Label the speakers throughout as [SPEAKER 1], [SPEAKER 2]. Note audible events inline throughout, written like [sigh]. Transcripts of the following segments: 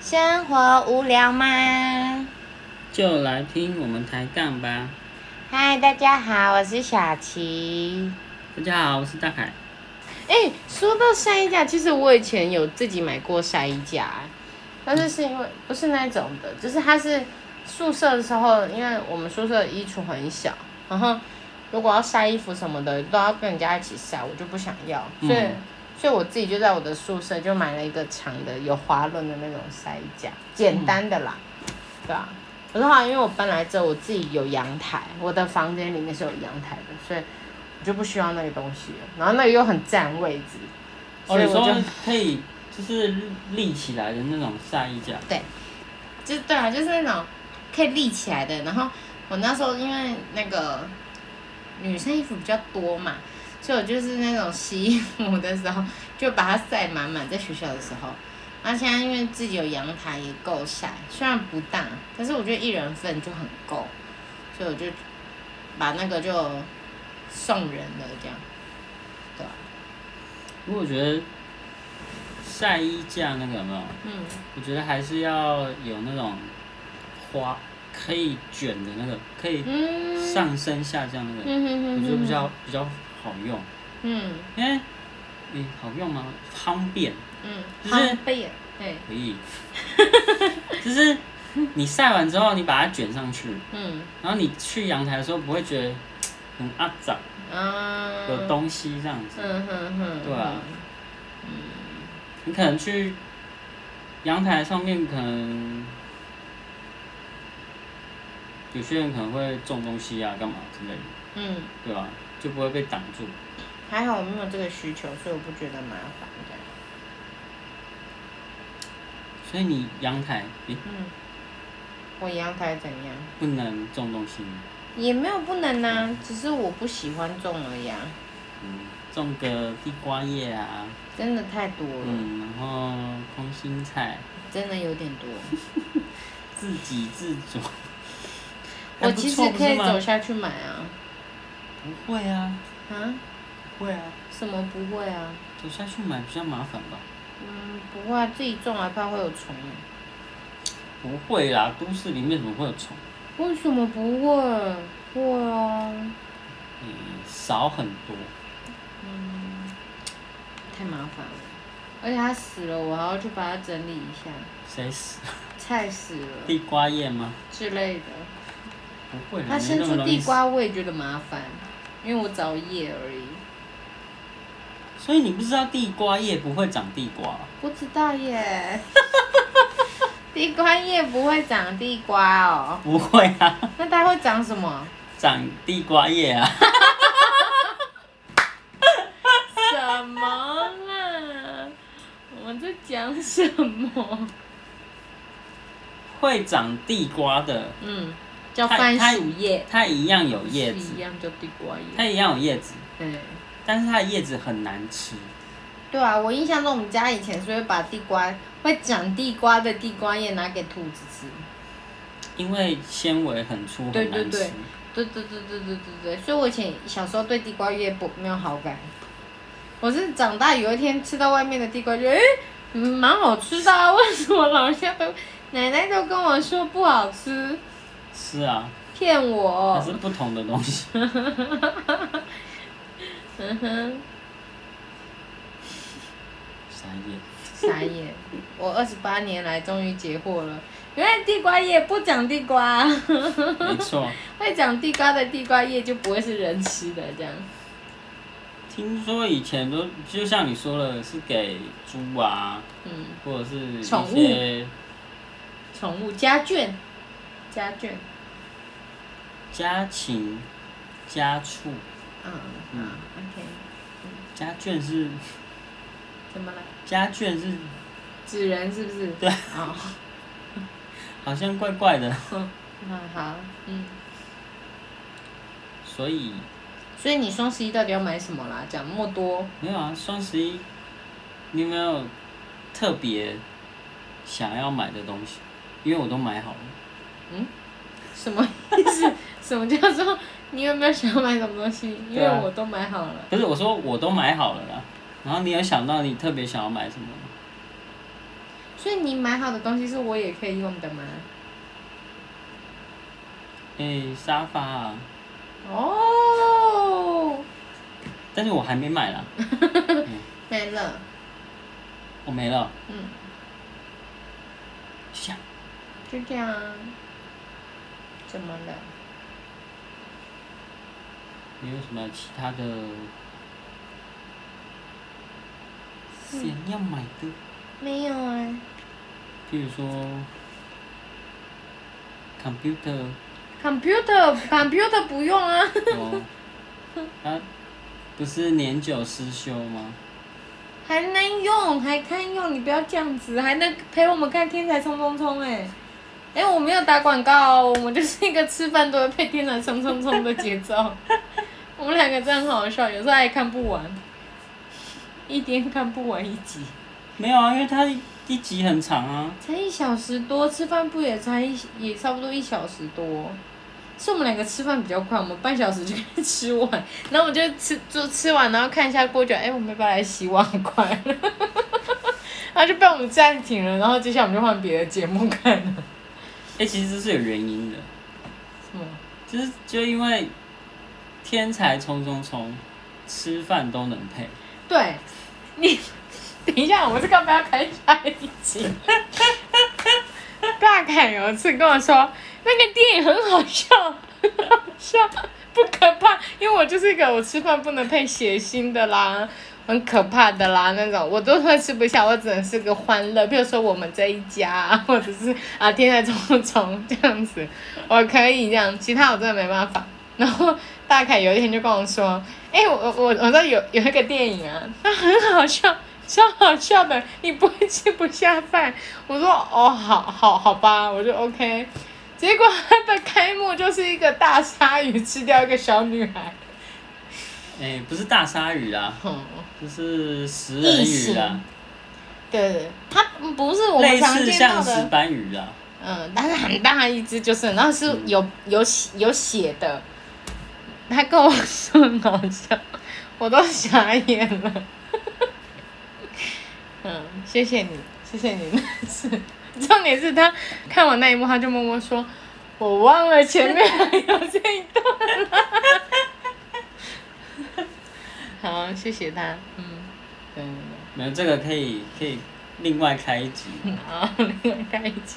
[SPEAKER 1] 生活无聊吗？
[SPEAKER 2] 就来听我们抬杠吧。
[SPEAKER 1] 嗨，大家好，我是小琪。
[SPEAKER 2] 大家好，我是大凯。
[SPEAKER 1] 哎、说到晒衣架，其实我以前有自己买过晒衣架，但是是因为不是那种的，就是它是宿舍的时候，因为我们宿舍的衣橱很小，然后如果要晒衣服什么的，都要跟人家一起晒，我就不想要，所以、
[SPEAKER 2] 嗯
[SPEAKER 1] 所以我自己就在我的宿舍就买了一个长的有滑轮的那种晒衣架，简单的啦，对啊。可是后来因为我搬来之后，我自己有阳台，我的房间里面是有阳台的，所以我就不需要那个东西了。然后那个又很占位置，
[SPEAKER 2] 哦，
[SPEAKER 1] 所以
[SPEAKER 2] 你
[SPEAKER 1] 我就、
[SPEAKER 2] 说可以就是立起来的那种晒衣架。
[SPEAKER 1] 就是对啊，就是那种可以立起来的。然后我那时候因为那个女生衣服比较多嘛，所以我就是那种洗衣服的时候就把它晒满满，在学校的时候。那现在因为自己有阳台也够晒，虽然不大，但是我觉得一人份就很够，所以我就把那个就送人了这样。对啊，
[SPEAKER 2] 不过我觉得晒衣架那个有没有？
[SPEAKER 1] 嗯，
[SPEAKER 2] 我觉得还是要有那种花可以卷的那个，可以
[SPEAKER 1] 嗯
[SPEAKER 2] 上升下降那个，
[SPEAKER 1] 嗯哼
[SPEAKER 2] 我
[SPEAKER 1] 哼
[SPEAKER 2] 觉得
[SPEAKER 1] 哼
[SPEAKER 2] 比
[SPEAKER 1] 哼，
[SPEAKER 2] 较比较好用，
[SPEAKER 1] 嗯
[SPEAKER 2] 因为诶好用吗？方便
[SPEAKER 1] 嗯，
[SPEAKER 2] 就是
[SPEAKER 1] 好背，对，
[SPEAKER 2] 可以， [laughs] 就是你晒完之后你把它卷上去，
[SPEAKER 1] 嗯
[SPEAKER 2] 然后你去阳台的时候不会觉得很肮脏，
[SPEAKER 1] 啊，
[SPEAKER 2] 有东西这样子。
[SPEAKER 1] 嗯哼哼，
[SPEAKER 2] 对啊你可能去阳台上面，可能有些人可能会种东西啊，干嘛之类的，
[SPEAKER 1] 嗯，
[SPEAKER 2] 对吧、就不会被挡住。
[SPEAKER 1] 还好我没有这个需求，所以我不觉得麻烦这样。
[SPEAKER 2] 所以你阳台你
[SPEAKER 1] 嗯，我阳台怎样？
[SPEAKER 2] 不能种东西，
[SPEAKER 1] 也没有不能啊，只是我不喜欢种而已啊，
[SPEAKER 2] 嗯，种个地瓜叶啊，
[SPEAKER 1] 真的太多了，
[SPEAKER 2] 嗯，然后空心菜，
[SPEAKER 1] 真的有点多。
[SPEAKER 2] 自给自足。
[SPEAKER 1] 我
[SPEAKER 2] 还不
[SPEAKER 1] 其实
[SPEAKER 2] 错
[SPEAKER 1] 可以
[SPEAKER 2] 不是吗
[SPEAKER 1] 走下去买啊，
[SPEAKER 2] 不会啊，
[SPEAKER 1] 啊？
[SPEAKER 2] 不会啊，
[SPEAKER 1] 什么不会啊？
[SPEAKER 2] 走下去买比较麻烦吧？
[SPEAKER 1] 嗯，不会啊，自己种啊，怕会有虫。
[SPEAKER 2] 不会啦，都市里面怎么会有虫？
[SPEAKER 1] 为什么不会？会啊，
[SPEAKER 2] 嗯，少很多。
[SPEAKER 1] 嗯，太麻烦了，而且它死了，我还要去把它整理一下。
[SPEAKER 2] 谁死？ [laughs]
[SPEAKER 1] 菜死了
[SPEAKER 2] 地瓜叶吗？
[SPEAKER 1] 之类的。
[SPEAKER 2] 不会啦，啊
[SPEAKER 1] 它
[SPEAKER 2] 没
[SPEAKER 1] 生
[SPEAKER 2] 那么
[SPEAKER 1] 出
[SPEAKER 2] 容易
[SPEAKER 1] 地
[SPEAKER 2] 死。
[SPEAKER 1] 瓜，我也觉得麻烦，因为我找叶而已。
[SPEAKER 2] 所以你不知道地瓜叶不会长地瓜、啊
[SPEAKER 1] 不知道耶， [laughs] 地瓜叶不会长地瓜哦，
[SPEAKER 2] 不会啊，
[SPEAKER 1] 那它会长什么？
[SPEAKER 2] 长地瓜叶啊。
[SPEAKER 1] 什么啦？我们在讲什么？
[SPEAKER 2] 会长地瓜的，
[SPEAKER 1] 嗯，叫
[SPEAKER 2] 它
[SPEAKER 1] 番
[SPEAKER 2] 它
[SPEAKER 1] 薯叶，
[SPEAKER 2] 它一样有叶
[SPEAKER 1] 是
[SPEAKER 2] 子
[SPEAKER 1] 一，样叫地瓜
[SPEAKER 2] 它
[SPEAKER 1] 叶。
[SPEAKER 2] 一样有叶子，
[SPEAKER 1] 对，
[SPEAKER 2] 但是它的叶子很难吃。
[SPEAKER 1] 对啊，我印象中我们家以前是会把地瓜会长地瓜的地瓜叶拿给兔子吃。
[SPEAKER 2] 因为纤维很粗，
[SPEAKER 1] 对
[SPEAKER 2] 很难
[SPEAKER 1] 对
[SPEAKER 2] 吃
[SPEAKER 1] 对。对对对对对对对，所以我以前小时候对地瓜叶不没有好感，我是长大有一天吃到外面的地瓜，觉得诶嗯蛮好吃的、啊，为什么老人家都奶奶都跟我说不好吃，
[SPEAKER 2] 是啊，
[SPEAKER 1] 骗我
[SPEAKER 2] 它？是不同的东西。
[SPEAKER 1] 嗯哼，
[SPEAKER 2] 啥叶？
[SPEAKER 1] 傻眼，我二十八年来终于解惑了，原来地瓜叶不长地瓜，
[SPEAKER 2] 没错。
[SPEAKER 1] 会长地瓜的地瓜叶就不会是人吃的这样。
[SPEAKER 2] 听说以前都就像你说的，是给猪啊，
[SPEAKER 1] 嗯，
[SPEAKER 2] 或者是一
[SPEAKER 1] 宠物
[SPEAKER 2] 些
[SPEAKER 1] 宠物家眷，家眷，
[SPEAKER 2] 家禽、家畜、
[SPEAKER 1] 嗯嗯
[SPEAKER 2] 嗯
[SPEAKER 1] ，OK，
[SPEAKER 2] 家眷是
[SPEAKER 1] 怎么了？
[SPEAKER 2] 家眷是
[SPEAKER 1] 纸人是不是？
[SPEAKER 2] 对
[SPEAKER 1] 哦，
[SPEAKER 2] 好像怪怪的，
[SPEAKER 1] 那好，嗯。
[SPEAKER 2] 所以
[SPEAKER 1] 所以你双十一到底要买什么啦？讲那么多，
[SPEAKER 2] 没有啊。双十一你有没有特别想要买的东西？因为我都买好了，
[SPEAKER 1] 什 [laughs] 么意思？什么叫做你有没有想要买什么东西？因
[SPEAKER 2] 对
[SPEAKER 1] 为
[SPEAKER 2] 啊
[SPEAKER 1] 我都买好了。
[SPEAKER 2] 不是我说我都买好了啦。然后你有想到你特别想要买什么吗？
[SPEAKER 1] 所以你买好的东西是我也可以用的吗？
[SPEAKER 2] 诶、沙发啊，
[SPEAKER 1] 哦，
[SPEAKER 2] 但是我还没买啦，
[SPEAKER 1] 没了，
[SPEAKER 2] 我没了，
[SPEAKER 1] 嗯，
[SPEAKER 2] 就这
[SPEAKER 1] 就
[SPEAKER 2] 样，
[SPEAKER 1] 这样啊。怎么了？
[SPEAKER 2] 你有什么其他的想要买的？
[SPEAKER 1] 没有啊。
[SPEAKER 2] 比如说，computer，
[SPEAKER 1] Computer Computer 不用啊。
[SPEAKER 2] 哦，它不是年久失修吗？
[SPEAKER 1] 还能用，还堪用，你不要这样子，还能陪我们看《天才冲冲冲》哎，哎，我没有打广告哦，我们就是一个吃饭都会配《天才冲冲冲》的节奏，我们两个真的很好笑，有时候还看不完，一天看不完一集，
[SPEAKER 2] 没有啊，因为它一集很长啊。
[SPEAKER 1] 才一小时多，吃饭不也才一也差不多一小时多。是我们两个吃饭比较快，我们半小时就可以吃完，然后我们就吃就吃完，然后看一下锅，觉得哎，我们要不要来洗碗筷 [laughs] 了？然后就被我们暂停了，然后接下来我们就换别的节目看了。 [laughs]
[SPEAKER 2] 哎、其实这是有原因的，
[SPEAKER 1] 什么？
[SPEAKER 2] 就是就因为天才冲冲冲，吃饭都能配。
[SPEAKER 1] 对，你等一下，我们这干嘛要开下一集？大凯有一次跟我说，那个电影很好笑，很好笑，不可怕，因为我就是一个我吃饭不能配血腥的啦，很可怕的啦那种，我都会吃不下，我只能是个欢乐，比如说我们这一家啊，或者是啊天才虫虫这样子，我可以这样，其他我真的没办法。然后大凯有一天就跟我说，哎、我我我我知道有有一个电影啊，它很好笑。超好笑的，你不会吃不下饭。我说哦，好好好吧，我就 OK。结果它的开幕就是一个大鲨鱼吃掉一个小女孩，
[SPEAKER 2] 哎、不是大鲨鱼啦，
[SPEAKER 1] 嗯，
[SPEAKER 2] 就是食人鱼啦，
[SPEAKER 1] 对对，它不是我
[SPEAKER 2] 类
[SPEAKER 1] 们常
[SPEAKER 2] 似
[SPEAKER 1] 见到
[SPEAKER 2] 像石
[SPEAKER 1] 的，
[SPEAKER 2] 斑鱼啦。
[SPEAKER 1] 嗯，但是很大一只，就是然后是
[SPEAKER 2] 嗯
[SPEAKER 1] 有有血有血的。他跟我说很好笑，我都傻眼了。 [laughs] 嗯，谢谢你，谢谢你那次。重点是他看完那一幕，他就默默说：“我忘了前面还有这一段了。” [laughs] 好，谢谢他。嗯，对对对。
[SPEAKER 2] 没有这个可以可以另外开一集，
[SPEAKER 1] 好，另外开一集。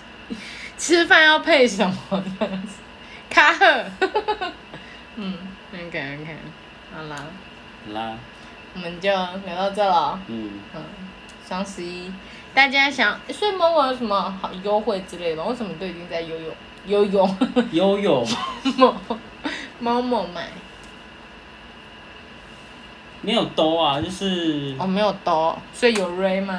[SPEAKER 1] 吃饭要配什么这样子？卡赫。 [laughs] 嗯，OK OK，好啦，
[SPEAKER 2] 好啦，
[SPEAKER 1] 我们就聊到这了。
[SPEAKER 2] 嗯，
[SPEAKER 1] 嗯，双十一，大家想，所以某某有什么好优惠之类的吗？为什么都已经在悠悠悠悠
[SPEAKER 2] 悠悠
[SPEAKER 1] 某某某买？
[SPEAKER 2] 没有兜啊，就是
[SPEAKER 1] 我、哦、没有兜，所以有 Ray 吗？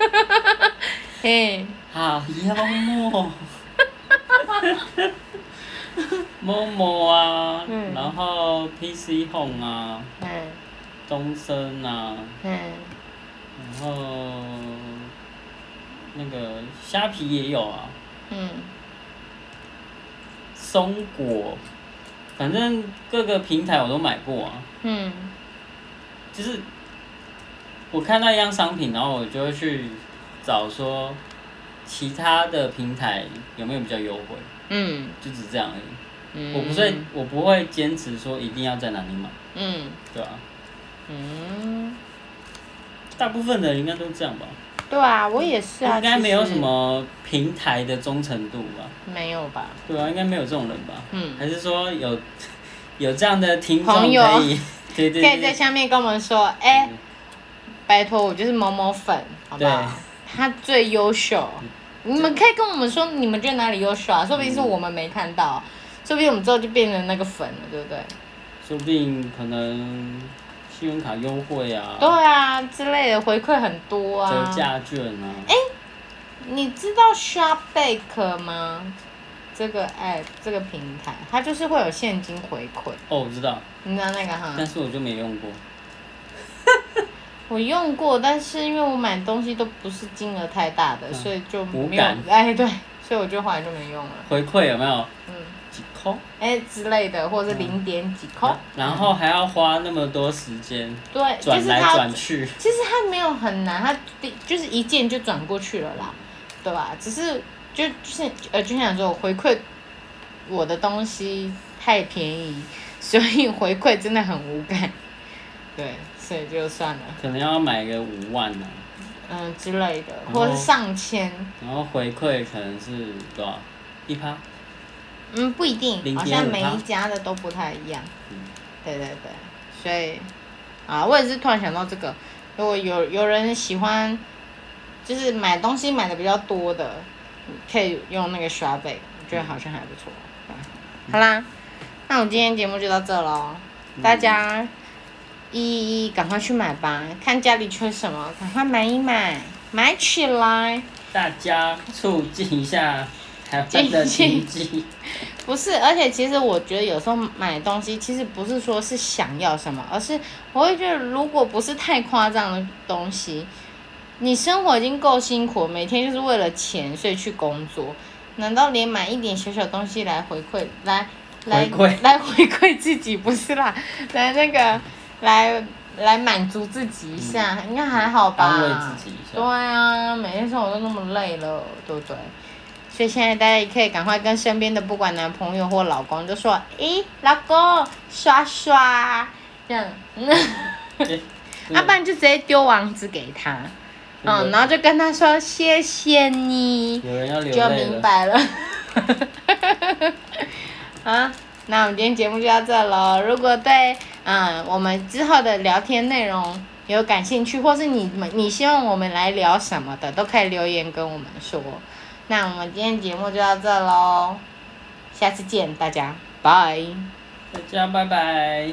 [SPEAKER 1] [laughs] 嘿，
[SPEAKER 2] 好幽
[SPEAKER 1] [laughs]
[SPEAKER 2] 默，某某啊，
[SPEAKER 1] 嗯
[SPEAKER 2] 然后 PC Home 啊，
[SPEAKER 1] 嗯
[SPEAKER 2] 东升啊，
[SPEAKER 1] 嗯，
[SPEAKER 2] 然后那个虾皮也有啊，
[SPEAKER 1] 嗯，
[SPEAKER 2] 松果，反正各个平台我都买过啊，
[SPEAKER 1] 嗯，
[SPEAKER 2] 就是我看到一样商品，然后我就会去找说其他的平台有没有比较优惠，
[SPEAKER 1] 嗯，
[SPEAKER 2] 就只这样而已。
[SPEAKER 1] 嗯，
[SPEAKER 2] 我不会，我不会坚持说一定要在哪里买，
[SPEAKER 1] 嗯。
[SPEAKER 2] 对吧、
[SPEAKER 1] 嗯，
[SPEAKER 2] 大部分的人应该都这样吧，
[SPEAKER 1] 对啊，我也是啊。
[SPEAKER 2] 应该没有什
[SPEAKER 1] 其实
[SPEAKER 2] 么平台的忠诚度吧，
[SPEAKER 1] 没有吧？
[SPEAKER 2] 对啊，应该没有这种人吧？
[SPEAKER 1] 嗯
[SPEAKER 2] 还是说有 [laughs] 有这样的听众
[SPEAKER 1] 朋
[SPEAKER 2] 可
[SPEAKER 1] 友 [laughs]
[SPEAKER 2] 以，对对
[SPEAKER 1] 可以在
[SPEAKER 2] 对，
[SPEAKER 1] 下面跟我们说，哎、拜托，我就是某某粉，好不好
[SPEAKER 2] 对？
[SPEAKER 1] 他最优秀，你们可以跟我们说，你们觉得哪里优秀啊？说不定是
[SPEAKER 2] 嗯
[SPEAKER 1] 我们没看到，啊说不定我们之后就变成那个粉了，对不对？
[SPEAKER 2] 啊说不定可能信用卡优惠啊，
[SPEAKER 1] 对啊，之类的回馈很多
[SPEAKER 2] 折
[SPEAKER 1] 啊。
[SPEAKER 2] 价券啊，
[SPEAKER 1] 你知道 Shopback 吗？这个 app 这个平台，它就是会有现金回馈，
[SPEAKER 2] 哦，我知道，
[SPEAKER 1] 你知道那个哈？
[SPEAKER 2] 但是我就没用过。
[SPEAKER 1] 我用过，但是因为我买东西都不是金额太大的，所以就
[SPEAKER 2] 嗯无
[SPEAKER 1] 没有
[SPEAKER 2] 感。
[SPEAKER 1] [laughs] 哎，对，所以我就后来就没用了。
[SPEAKER 2] 回馈有没有？
[SPEAKER 1] 嗯，
[SPEAKER 2] 几扣，
[SPEAKER 1] 哎之类的，或者
[SPEAKER 2] 嗯
[SPEAKER 1] 是零点几扣，
[SPEAKER 2] 然后还要花那么多时间
[SPEAKER 1] 对，就
[SPEAKER 2] 转
[SPEAKER 1] 是
[SPEAKER 2] 来
[SPEAKER 1] 它
[SPEAKER 2] 转去，
[SPEAKER 1] 其实它没有很难，它第就是一键就转过去了啦，对吧？只是就就是呃，就想说我回馈我的东西太便宜，所以回馈真的很无感，对，所以就算了，
[SPEAKER 2] 可能要买个五万呢、
[SPEAKER 1] 嗯、之类的，或者
[SPEAKER 2] 哦
[SPEAKER 1] 是上千，
[SPEAKER 2] 然后回馈可能是多少？一趴，
[SPEAKER 1] 嗯，不一定，
[SPEAKER 2] 0.5
[SPEAKER 1] 好像每一家的都不太一样
[SPEAKER 2] 嗯，
[SPEAKER 1] 对对对，所以啊，我也是突然想到这个，如果有有人喜欢，就是买东西买的比较多的，可以用那个刷贝，我觉得好像还不错。对好啦，那我们今天节目就到这喽，大家一一赶快去买吧，看家里缺什么，赶快买一买，买起来。
[SPEAKER 2] 大家促进一下台
[SPEAKER 1] [laughs]
[SPEAKER 2] 湾的经济，
[SPEAKER 1] 不是，而且其实我觉得有时候买东西，其实不是说是想要什么，而是我会觉得，如果不是太夸张的东西，你生活已经够辛苦，每天就是为了钱所以去工作，难道连买一点小小东西来回馈，来来
[SPEAKER 2] 回馈
[SPEAKER 1] 来回馈自己不是啦，来那个来来满足自己一下，应该还好吧？
[SPEAKER 2] 嗯安慰自己一
[SPEAKER 1] 对
[SPEAKER 2] 下。
[SPEAKER 1] 啊，每天生活都那么累了，对不对？所以现在大家也可以赶快跟身边的不管男朋友或老公就说：“咦，老公，刷刷。”这样， [laughs]
[SPEAKER 2] 对
[SPEAKER 1] 要、啊不然就直接丢网址给他，嗯，然后就跟他说：“谢谢你。”
[SPEAKER 2] 有人要流
[SPEAKER 1] 就
[SPEAKER 2] 泪
[SPEAKER 1] 明
[SPEAKER 2] 了， [laughs]
[SPEAKER 1] 白了。啊，那我们今天节目就到这喽。如果对嗯我们之后的聊天内容有感兴趣，或是你们你希望我们来聊什么的，都可以留言跟我们说。那我们今天节目就到这喽，下次见大家，拜。
[SPEAKER 2] 大家拜拜。